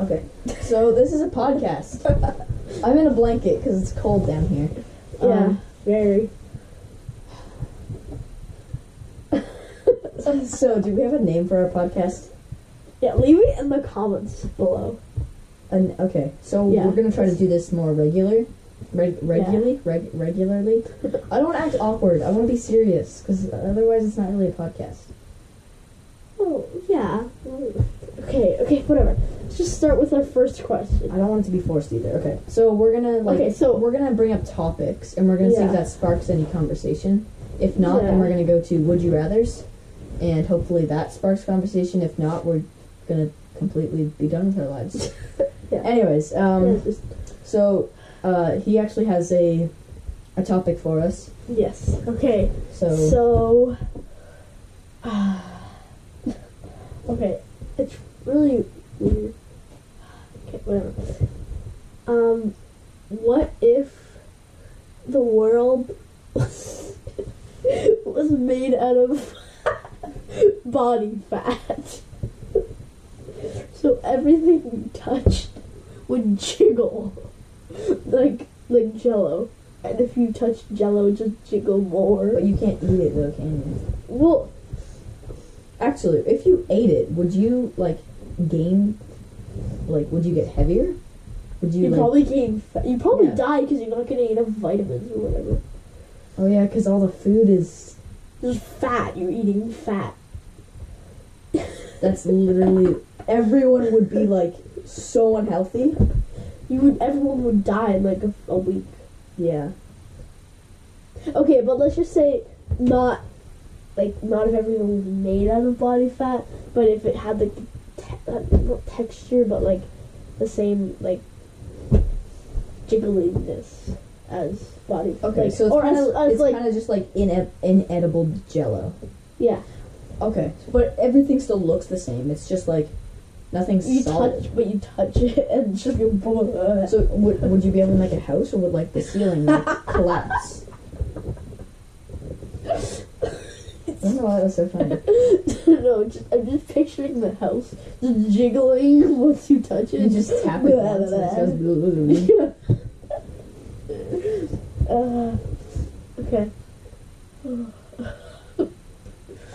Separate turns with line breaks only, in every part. Okay. So this is a podcast. I'm in a blanket because it's cold down here. Um,
very.
Um, so do we have a name for our podcast?
Yeah, leave it in the comments below.
An, okay. So
Yeah.
we're gonna try to do this more regular, reg- regularly, reg- regularly. I don't want to act awkward. I want to be serious because otherwise it's not really a podcast.
Oh, yeah. Okay, okay, whatever. Let's just start with our first
I
question.
don't want it to be forced either. Okay. So we're gonna like.
Okay, so-
we're gonna bring up topics, and we're gonna see if
Yeah.
that sparks any conversation. If not, then
Yeah.
we're gonna go to would you rather's, and hopefully that sparks conversation. If not, we're gonna completely be done with our lives.
Yeah.
Anyways, um,
Yeah, just-
so uh, he actually has a a topic for us.
yes. Okay.
So,
So, ah, okay, it's really weird. Okay, whatever. Um, what if the world was made out of body fat? so everything we touched would jiggle, like like Jello. And if you touched Jello, it just jiggle more.
but you can't eat it though, can you?
Well,
Actually, if you ate it, would you like gain? Like, would you get heavier? Would you?
you,
like,
probably gain. Fa- you probably
Yeah.
die because you're not getting enough vitamins or whatever.
Oh yeah, because all the food is.
There's fat. You're eating fat.
That's literally everyone would be like so unhealthy.
You would. Everyone would die in like a, a week.
Yeah.
Okay, but let's just say not like not if everything was made out of body fat, but if it had like the te- not not texture, but like the same like jiggliness as body.
Okay,
like-
so it's
or
kind
as,
of
as
it's
like
kind of just like ine- inedible Jello.
yeah,
Okay, but everything still looks the same. It's just like nothing's
you
solid.
touch, but you touch it and it's just go.
So would would you be able to make a house, or would like the ceiling like, collapse? I don't know why that was so funny.
no, just, I'm just picturing the house just jiggling once you touch it.
You just tap it once and it goes. blue, blue, blue.
uh, okay.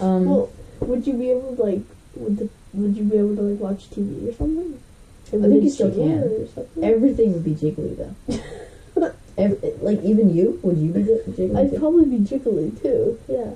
Um,
Well, would you be able to like? Would the, Would you be able to like watch TV or something?
I think you still can.
Or something?
everything would be jiggly though. Ev like even you, would you be j- jiggly?
I'd
too?
probably be jiggling too. Yeah.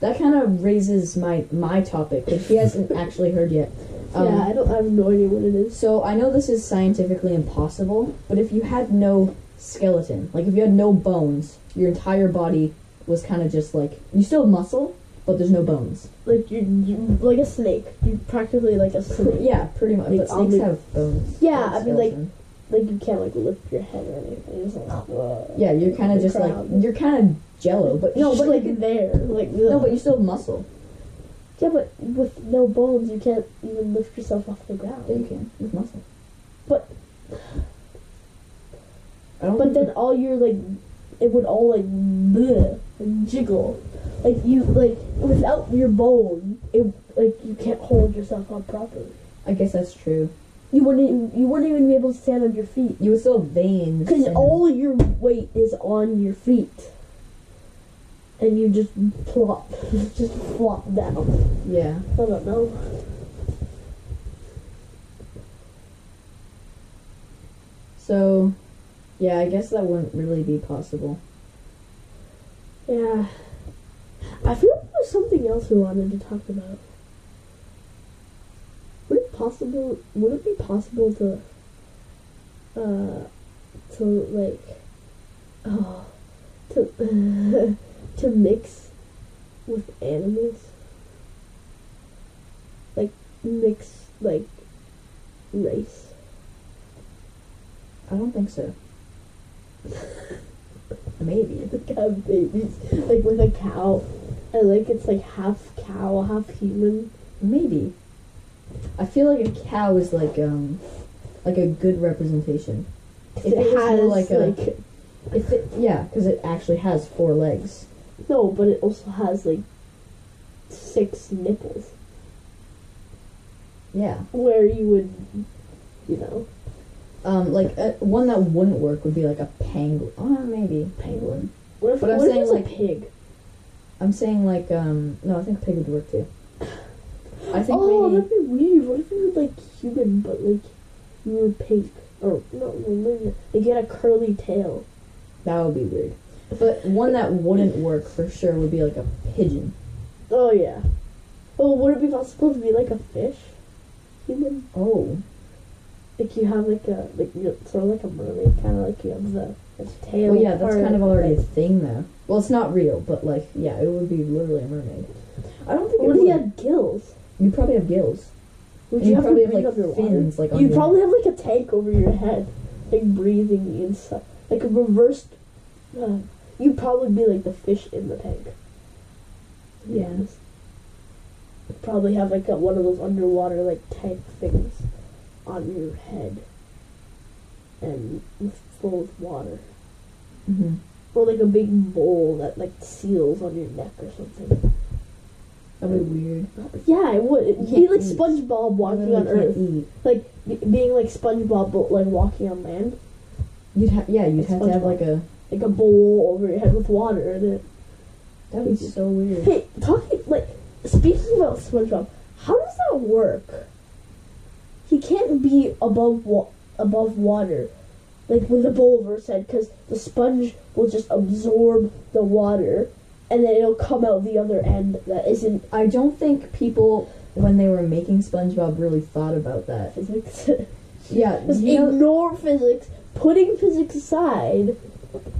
That kind of raises my my topic, which he hasn't actually heard yet. Um,
yeah. I don't. I have no idea what it is.
So I know this is scientifically impossible, but if you had no skeleton, like if you had no bones, your entire body was kind of just like you still have muscle, but there's no bones.
Like you, you like a snake. You practically like a snake.
Yeah, pretty much.
Like
but
all
snakes
the-
have bones.
Yeah,
not
I mean, like-
skeleton.
Like you can't like lift your head or anything. It's like,
Oh.
whoa.
yeah, you're kind of
the
just
crowd.
like you're kind of jello, but
No, but like
you could-
there, like
no, but you still have muscle.
yeah, but with no bones, you can't even lift yourself off the
Yeah, you
ground.
can. With muscle.
But-
I don't.
But
think-
then all your like, it would all like bleh, and jiggle, like you like without your bone, it like you can't hold yourself up properly.
I guess that's true.
You wouldn't even, you wouldn't even be able to stand on your feet
You would still have veins.
because
and-
all your weight is on your feet, and you just plop, just flop down.
Yeah.
I don't know.
So, yeah, I guess that wouldn't really be possible.
Yeah. I feel like there's something else we wanted to talk about. Would it possible would it be possible to uh to like oh to to mix with animals? Like mix like race.
I don't think so. Maybe.
Like have babies like with a cow and like it's like half cow, half human.
Maybe. I feel like a cow is like um like a good representation. If
it,
it was
has
more like
like,
a- If it yeah, because it actually has four legs.
no, but it also has like six nipples
Yeah.
where you would you know.
Um, like uh, one that wouldn't work would be like a penguin. Oh, maybe penguin.
What if,
But I'm
what if
saying,
it's a
like-
pig?
I'm saying like um no, I think pig would work too. I think
Oh,
maybe
that'd be weird. What if you were like human, but like you were pink? Or no, well, maybe not. like you had a curly tail.
that would be weird. But one that wouldn't work for sure would be like a pigeon.
Oh yeah. Oh, would it be possible to be like a fish? Human,
Oh,
like you have like a like you sort of like a mermaid, kind of like you have the, the tail.
well yeah, that's
part,
kind of already a
like-
thing though. Well, it's not real, but like yeah, it would be literally a mermaid. I don't think it
What if you
would.
had gills?
You probably have gills.
Would
And you
you have
probably
to
have, like,
breathe underwater?
fins, like, on
You'd
your-
probably have like a tank over your head, like breathing inside, like a reversed. Uh, you'd probably be like the fish in the tank. Yes. Probably have like a, one of those underwater like tank things on your head and it's full of water.
hmm
Or like a big bowl that like seals on your neck or something.
That'd be weird.
Yeah, it would. It'd
You
be
can't
like
eat.
SpongeBob
And
walking
then
on
you can't
Earth.
eat.
Like b- being like SpongeBob but like walking on land.
You'd have yeah, you'd have to have like
SpongeBob.
a.
Like a bowl over your head with water in it.
That'd be so weird.
Hey, talking like speaking about SpongeBob, how does that work? He can't be above wa- above water, like with the Bulliver said, because the sponge will just absorb the water, and then it'll come out the other end that isn't
I don't think people, when they were making SpongeBob, really thought about that.
physics.
Yeah,
just
you know,
ignore physics. Putting physics aside,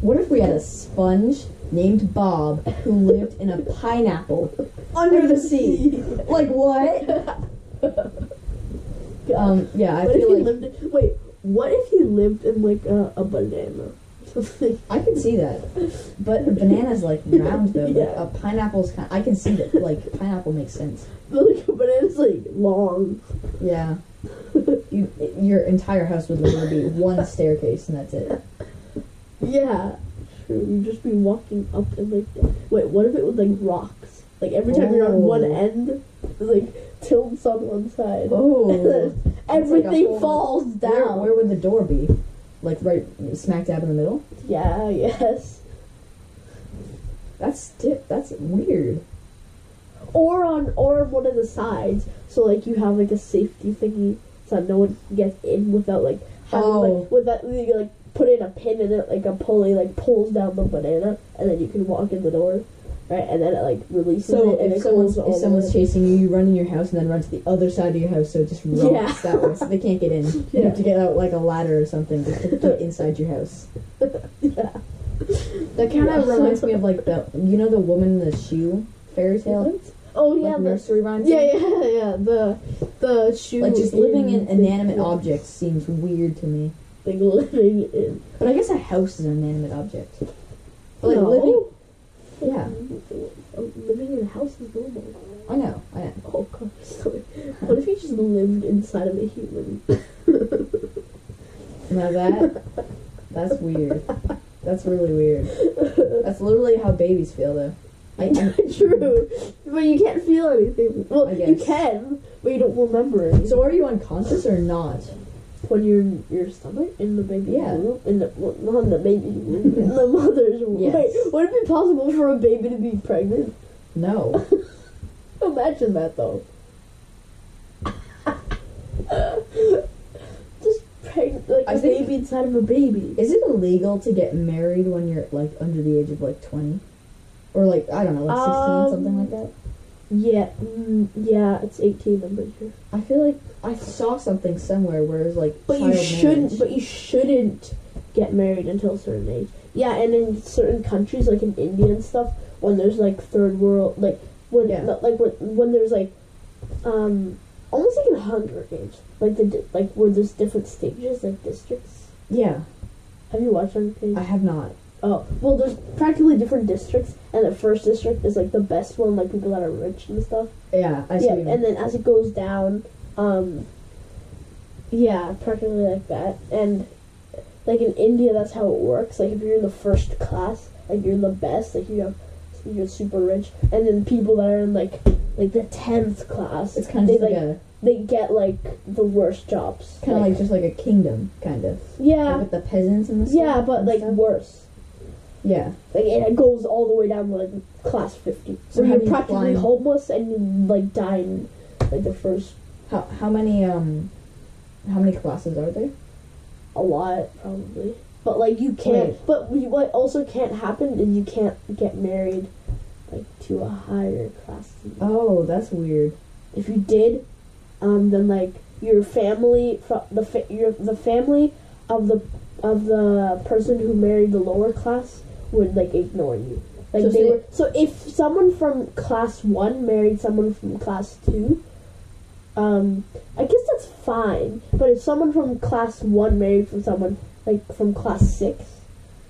what if we had a sponge named Bob who lived in a pineapple under the sea? Like what? Um, yeah, I
what if he
feel like
lived? In, wait, what if he lived in like a, a banana? Something.
I can see that, but a banana's like round though. but
Yeah.
a pineapple's kind. I can see that. Like pineapple makes sense.
But like a banana's like long.
Yeah. You, your entire house would literally be one staircase and that's it.
Yeah. True. You'd just be walking up and like down. Wait, what if it was like rocks? Like every time you're on one
Oh.
end, it, like tilts on one side.
Oh,
Everything
whole-
falls
where,
down.
where would the door be? Like right smack dab in the middle.
Yeah, yes.
That's tip. That's weird.
Or on or on one of the sides. So like you have like a safety thingy so that no one can get in without like having
Oh.
like without you like put in a pin in it like a pulley like pulls down the banana and then you can walk in the door. Right? And then it like releases
So
it and
if
it
someone's
goes all
if
the way.
someone's chasing you, you run in your house and then run to the other side of your house, so it just rolls
Yeah.
that way, so they can't get in. You
Yeah.
have to get out like a ladder or something just to get inside your house. That kind of
Yeah.
reminds me of like the you know the woman in the shoe fairy tale,
Oh yeah,
like
the-
nursery rhymes.
Yeah, yeah, yeah. The the shoe.
Like just living in
the-
inanimate objects seems weird to me.
Like living in.
But I guess a house is an inanimate object. But like
No.
living, yeah,
Living in a house is normal.
I know, I know.
Oh god, sorry. What if you just lived inside of a human?
Now that that's weird. That's really weird. That's literally how babies feel though. I, I,
True, but you can't feel anything. Well,
I
you
guess.
can, but you don't remember it.
so are you unconscious or not?
when you're in your stomach in the baby
Yeah.
womb, in the well, not in the baby womb, in the mother's womb.
Yes.
Wait, would it be possible for a baby to be pregnant?
No.
Imagine that though. Just pregnant, like a
I think-
baby inside of a baby.
Is it illegal to get married when you're like under the age of like twenty, or like I don't know, like sixteen,
Um,
something like that?
Yeah, mm, yeah, it's eighteen. I'm pretty sure.
I feel like I saw something somewhere where it was like.
But you
child
shouldn't.
marriage.
But you shouldn't get married until a certain age. Yeah, and in certain countries, like in India and stuff, when there's like third world, like when
Yeah.
not- like when, when there's like, um, almost like in Hunger Games, like the di- like where there's different stages, like districts.
yeah,
Have you watched Hunger Games?
I have not.
Oh, well, there's practically different districts, and the first district is like the best one, like people that are rich and stuff.
Yeah, I see.
yeah,
what you mean.
and then as it goes down, um, yeah, practically like that. And like in India, that's how it works. Like if you're in the first class, like you're the best, like you have, you're super rich, and then people that are in like like the tenth class,
it's kind of
they
just like,
like
a
they get like the worst jobs.
Kind of like just like a kingdom, kind of. Like
yeah,
with the peasants and the stuff.
Uh, yeah, but
and
like
stuff.
worse.
yeah.
Like and it goes all the way down to like class fifty.
So
So
how
you're
do you
practically
climb-
homeless and you like die in like the first
How how many um, how many classes are there?
a lot probably. But like you can't.
Wait.
But you, what also can't happen is you can't get married like to a higher class. than you.
Oh, that's weird.
If you did, um, then like your family, fro- the fa- your the family of the of the person who married the lower class would like ignore you. Like
So
they
say-
were. So if someone from class one married someone from class two, um, I guess that's fine. But if someone from class one married from someone like from class six,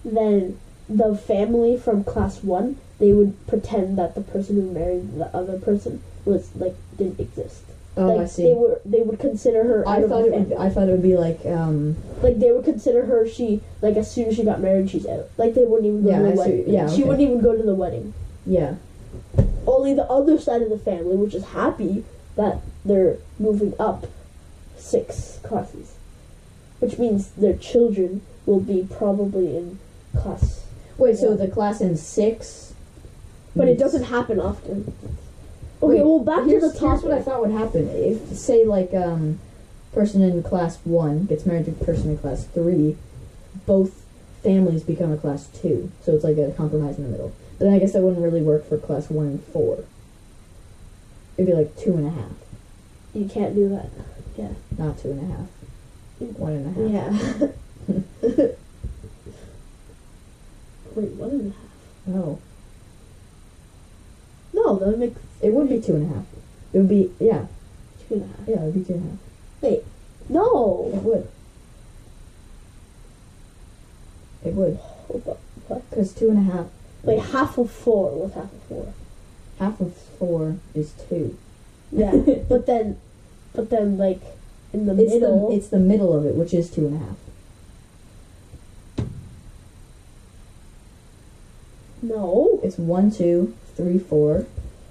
then the family from class one they would pretend that the person who married the other person was like didn't exist.
Oh,
like
I see.
they were they would consider her out
I
of
thought
the
it would.
family.
I thought it would be like um.
like they would consider her she like as soon as she got married she's out. Like they wouldn't even go
Yeah,
to the
I see.
wedding.
Yeah,
She
okay.
wouldn't even go to the wedding.
Yeah.
Only the other side of the family, which is happy that they're moving up six classes. Which means their children will be probably in class.
Wait. So
Yeah.
the class in six.
But it
meets-
doesn't happen often. Okay,
Wait,
well back to
here's,
the
Here's
topic.
what I thought would happen. If say like um, person in class one gets married to person in class three, both families become a class two. So it's like a compromise in the middle. But then I guess that wouldn't really work for class one and four. It'd be like two and a half,
You can't do that. Yeah.
not two and a half. One and a half.
Yeah. Wait, one and a half?
No,
No, that makes
it would be two and a half. It would be yeah,
two and a half.
yeah. It would be two and a half.
Wait,
It
no.
would. It would,
Hold up, What?
because two and a half,
Wait, half of four was half of four.
half of four is two.
Yeah, but then, but then like in the
It's
middle.
the it's the middle of it, which is two and a half.
no.
It's one, two, three, four.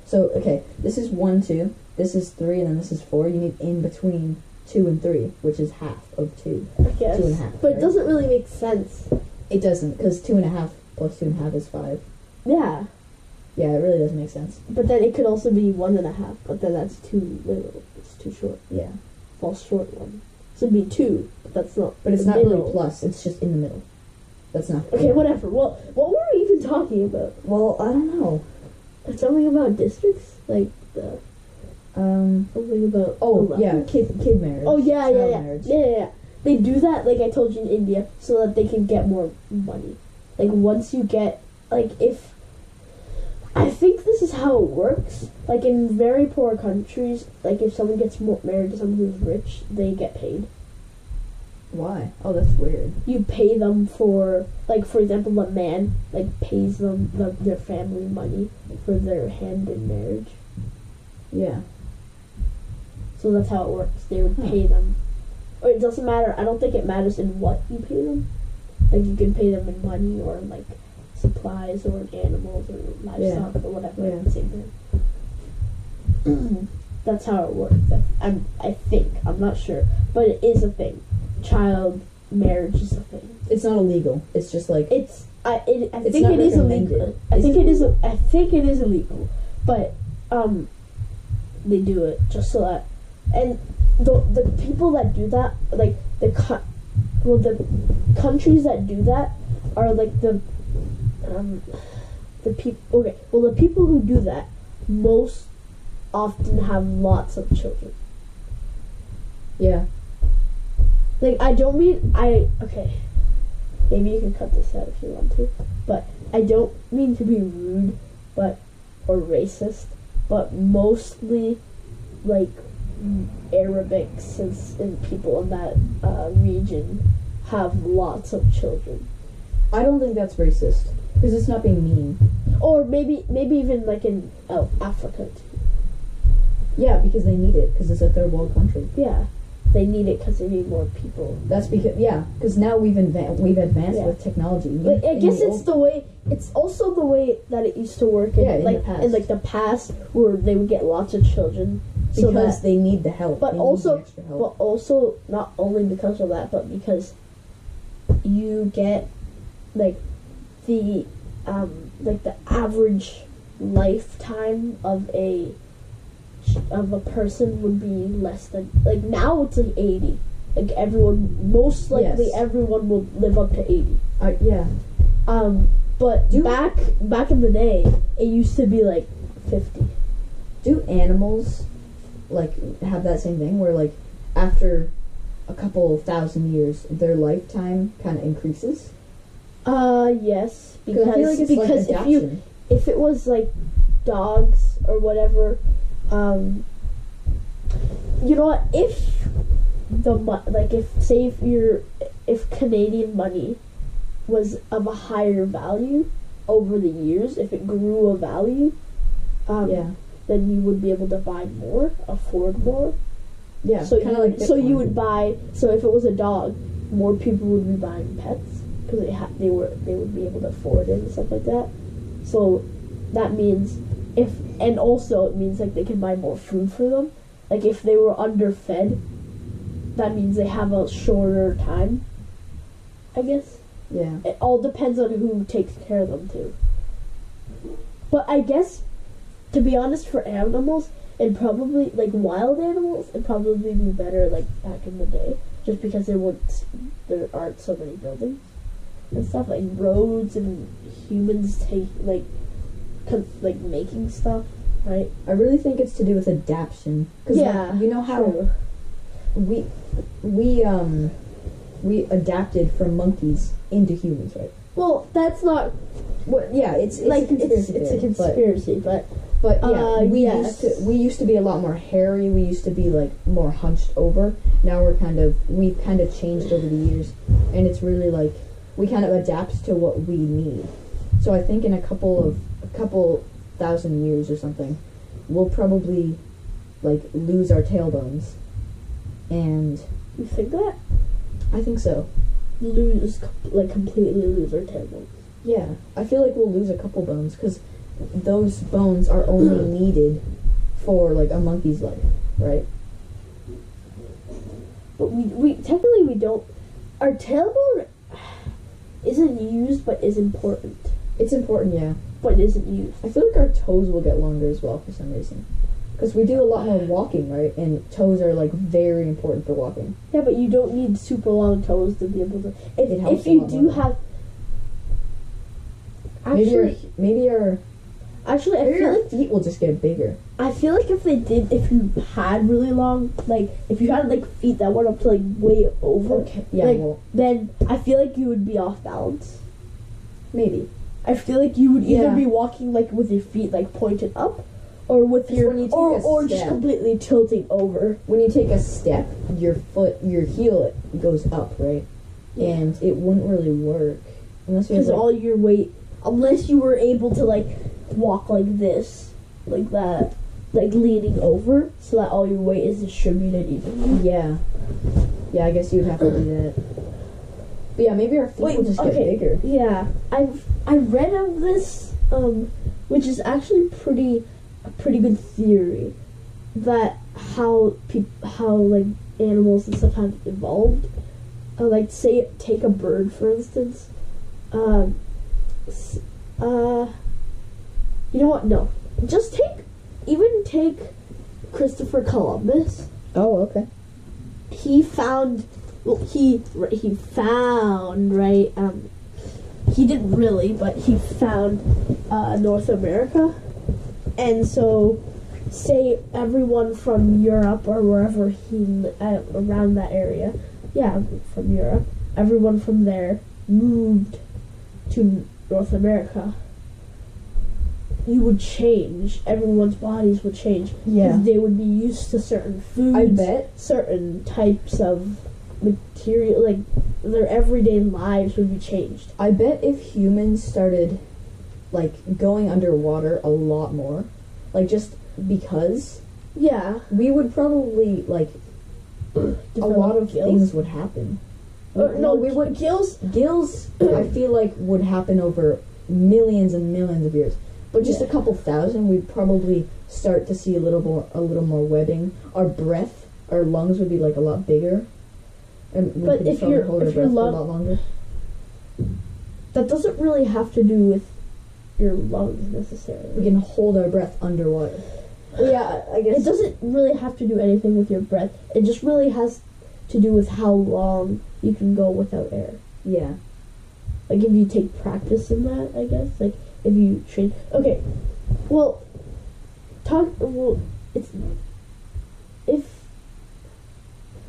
So okay, this is one, two. This is three, and then this is four. You need in between two and three, which is half of two.
I guess.
and a half,
but
right?
it doesn't really make sense.
It doesn't, because two and a half plus two and a half is five.
Yeah,
Yeah, it really doesn't make sense.
but then it could also be one and a half. But then that's too little. It's too short.
Yeah,
Falls short one. So it'd be two. But that's not.
but it's
the
not
middle.
really plus. It's just in the middle. That's not
Okay, whatever. Well, what were we even talking about?
Well, I don't know.
Something about districts, like the
Um.
something about.
Oh
the-
yeah, kid kid marriage.
Oh yeah, yeah,
child
yeah.
marriage.
yeah, yeah, yeah. They do that, like I told you in India, so that they can get more money. Like once you get, like if. I think this is how it works. Like in very poor countries, like if someone gets mo- married to someone who's rich, they get paid.
Why? Oh, that's weird.
You pay them for, like for example, a man like pays them the, their family money for their hand in marriage.
Yeah.
So that's how it works. They would
Hmm.
pay them. Or it doesn't matter. I don't think it matters in what you pay them. Like you can pay them in money or in like supplies or in animals or livestock or whatever.
Yeah.
It's the same thing. that's how it works. I- I'm. I think. I'm not sure, but it is a thing. Child marriage is a thing.
It's not illegal. It's just like
It's. I. It, I
It's
think
not
it is illegal.
recommended.
I
Is
think
it
it is. I think it is illegal, but um, they do it just so that, and the the people that do that, like the co- well the countries that do that are like the um the people. Okay, well the people who do that most often have lots of children.
yeah.
Like I don't mean I okay. Maybe you can cut this out if you want to. But I don't mean to be rude but or racist, but mostly like Arabic since and people in that uh, region have lots of children.
I don't think that's racist because it's not being mean.
Or maybe maybe even like in oh, Africa too.
Yeah, because they need it because it's a third world country.
Yeah. They need it because they need more people.
That's because yeah, because now we've inva- we've advanced
Yeah.
with technology.
But I
In
guess it's
old-
the way. It's also the way that it used to work in,
Yeah, in the
like
past.
in like the past, where they would get lots of children, So
because
that-
they need the help.
but
They need
also-
the extra help.
But also, not only because of that, but because you get like the um, like the average lifetime of a of a person would be less than like now it's like eighty. Like everyone, most likely
Yes.
everyone will live up to eighty.
I, yeah,
Um, but
Do-
back back in the day, it used to be like fifty.
do animals like have that same thing where like after a couple thousand years their lifetime kind of increases?
Uh, yes,
'Cause
because
I feel like it's
because
like
if you
adaption.
if it was like dogs or whatever, um, you know what? If the mo- like if say if your if Canadian money was of a higher value over the years, if it grew a value, um,
yeah,
then you would be able to buy more, afford more.
yeah,
so you
kind of like
would- so
Bitcoin.
you would buy. So if it was a dog, more people would be buying pets because they ha- they were they would be able to afford it and stuff like that. So that means if and also it means like they can buy more food for them. Like if they were underfed, that means they have a shorter time. I guess
yeah.
it all depends on who takes care of them too. But I guess, to be honest, for animals, it probably like wild animals, it probably be better like back in the day, just because there weren't there aren't so many buildings and stuff like roads and humans take like con- like making stuff, right?
I really think it's to do with adaption. Cause
Yeah,
like, you know how
True.
we we um we adapted from monkeys into humans, right?
Well, that's not
Well, yeah, it's, it's
like
a conspiracy
it's, it's
theory, but-
a conspiracy, but
But yeah,
Uh,
we
yes.
used to we used to be a lot more hairy. We used to be like more hunched over. Now we're kind of we've kind of changed over the years, and it's really like we kind of adapt to what we need. So I think in a couple of a couple thousand years or something, we'll probably like lose our tailbones, and
you think that.
I think so.
lose com- like completely lose our tailbones.
Yeah, I feel like we'll lose a couple bones because those bones are only needed for like a monkey's life, right?
But we, we technically we don't. Our tailbone isn't used, but is important.
It's important, yeah.
But isn't used.
I feel like our toes will get longer as well for some reason. Because we do a lot more walking, right? And toes are like very important for walking.
Yeah, but you don't need super long toes to be able to. If,
It helps
if
a
you
lot
do
more.
have.
Maybe our,
Actually,
maybe our
actually, I
maybe
feel
our
like
feet will just get bigger.
I feel like if they did, if you had really long, like if you had like feet that went up to like way over,
Okay. Yeah.
Like-
well,
then I feel like you would be off balance.
maybe.
I feel like you would either
Yeah.
be walking like with your feet like pointed up, or with
It's
your
when you take
or
a
or just
step.
completely tilting over.
When you take a step, your foot, your heel it goes up, right? And it wouldn't really work unless you have
because
like,
all your weight, unless you were able to like walk like this, like that, like leaning over, so that all your weight is distributed evenly.
Yeah. Yeah, I guess you'd have to do that. But yeah, maybe our feet
Wait,
will just get
okay.
bigger.
Yeah, I've I read of this, um, which is actually pretty a pretty good theory that how peop- how like animals and stuff have evolved. Uh, like say take a bird for instance. Um, s- uh, you know what? No, just take even take Christopher Columbus
Oh, okay.
he found well he he found right um he didn't really but he found uh, north america and so say everyone from europe or wherever he uh, around that area yeah from europe everyone from there moved to north america you would change everyone's bodies would change 'cause
Yeah.
they would be used to certain foods
I bet.
certain types of material, like their everyday lives would be changed.
I bet if humans started like going underwater a lot more, like just because
Yeah,
we would probably like a lot of things would happen.
Or, Uh, no,
we would
gills.
gills. I feel like would happen over millions and millions of years. But just a
Yeah.
couple thousand, we'd probably start to see a little more, a little more webbing. Our breath, our lungs would be like a lot bigger, and we
But
could
if
probably
you're-
hold our
if you're
breath for a
lung-
lot longer.
That doesn't really have to do with your lungs necessarily.
We can hold our breath underwater.
Yeah, I
guess-
it doesn't really have to do anything with your breath. It just really has to do with how long you can go without air.
Yeah.
Like if you take practice in that, I guess. Like if you train. Okay, well, talk. Well, it's if.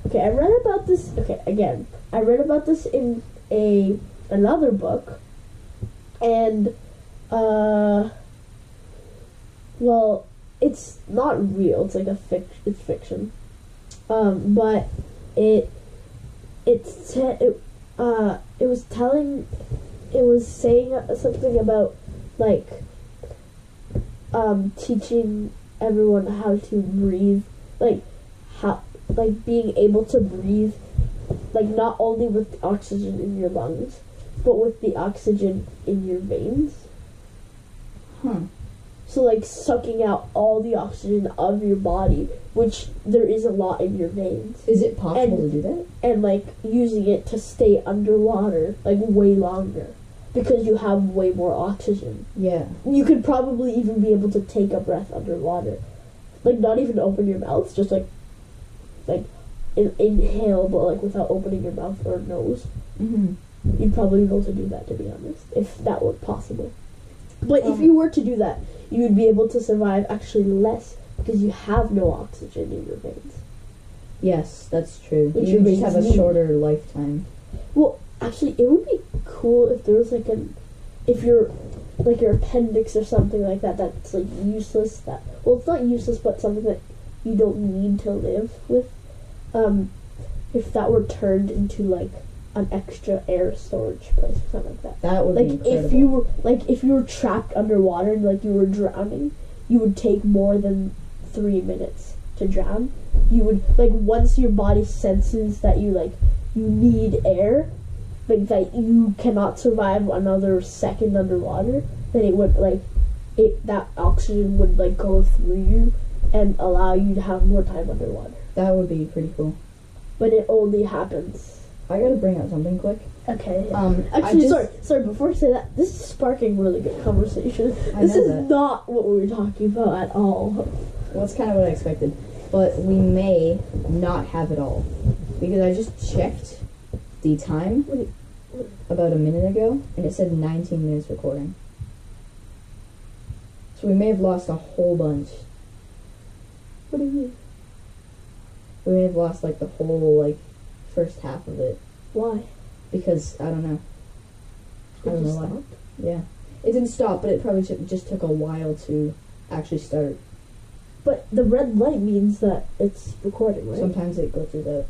Okay, I read about this. Okay, again, I read about this in a another book, and uh, well, it's not real. It's like a fic. It's fiction, um, but it it's te- it uh it was telling it was saying something about like um teaching everyone how to breathe like how like being able to breathe like not only with oxygen in your lungs but with the oxygen in your veins
Huh.
so like sucking out all the oxygen of your body which there is a lot in your veins
Is it possible
And-
to do that?
and like using it to stay underwater like way longer because you have way more oxygen.
Yeah.
You could probably even be able to take a breath underwater, like not even open your mouth, just like like in- inhale, but like without opening your mouth or nose.
Mm-hmm.
You'd probably be able to do that, to be honest, if that were possible. But if
Um,
you were to do that, you would be able to survive actually less because you have no oxygen in your veins.
Yes, that's true.
Which
you
would
just
be
have a
easy.
shorter lifetime.
Well, actually, it would be cool if there was like an, if your, like your appendix or something like that that's like useless. That well, it's not useless, but something that you don't need to live with. Um, if that were turned into like an extra air storage place or something like that.
That would be
Like
incredible.
if you were like if you were trapped underwater and like you were drowning, you would take more than three minutes to drown. You would like once your body senses that you like you need air, like that you cannot survive another second underwater, then it would like it that oxygen would like go through you and allow you to have more time underwater.
that would be pretty cool.
But it only happens.
I gotta bring up something quick.
Okay.
Um, I
Actually,
just-
sorry, sorry. Before I say that, this is sparking really good conversation.
I
this
know
is
that.
not what we were talking about at all.
Well, that's kind of what I expected. But we may not have it all. Because I just checked the time
Wait, wait.
about a minute ago, and it said 19 minutes recording. So we may have lost a whole bunch.
What do you mean?
We may have lost, like, the whole, like, first half of it.
Why?
Because, I don't know. I
It
don't know
just
why.
stopped.
Yeah. It didn't stop, but it probably took, just took a while to actually start.
But the red light means that it's recording, right? Ah,
Sometimes it glitches out.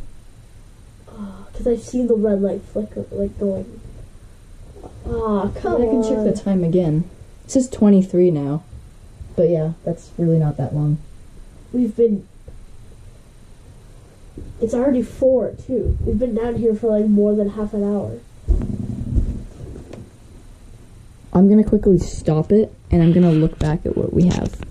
Because I've seen the red light flicker, like going. Ah, come
I can
on.
check the time again. It says 23 now. But yeah, that's really not that long.
We've been. It's already four too. We've been down here for like more than half an hour.
I'm gonna quickly stop it and I'm gonna look back at what we have.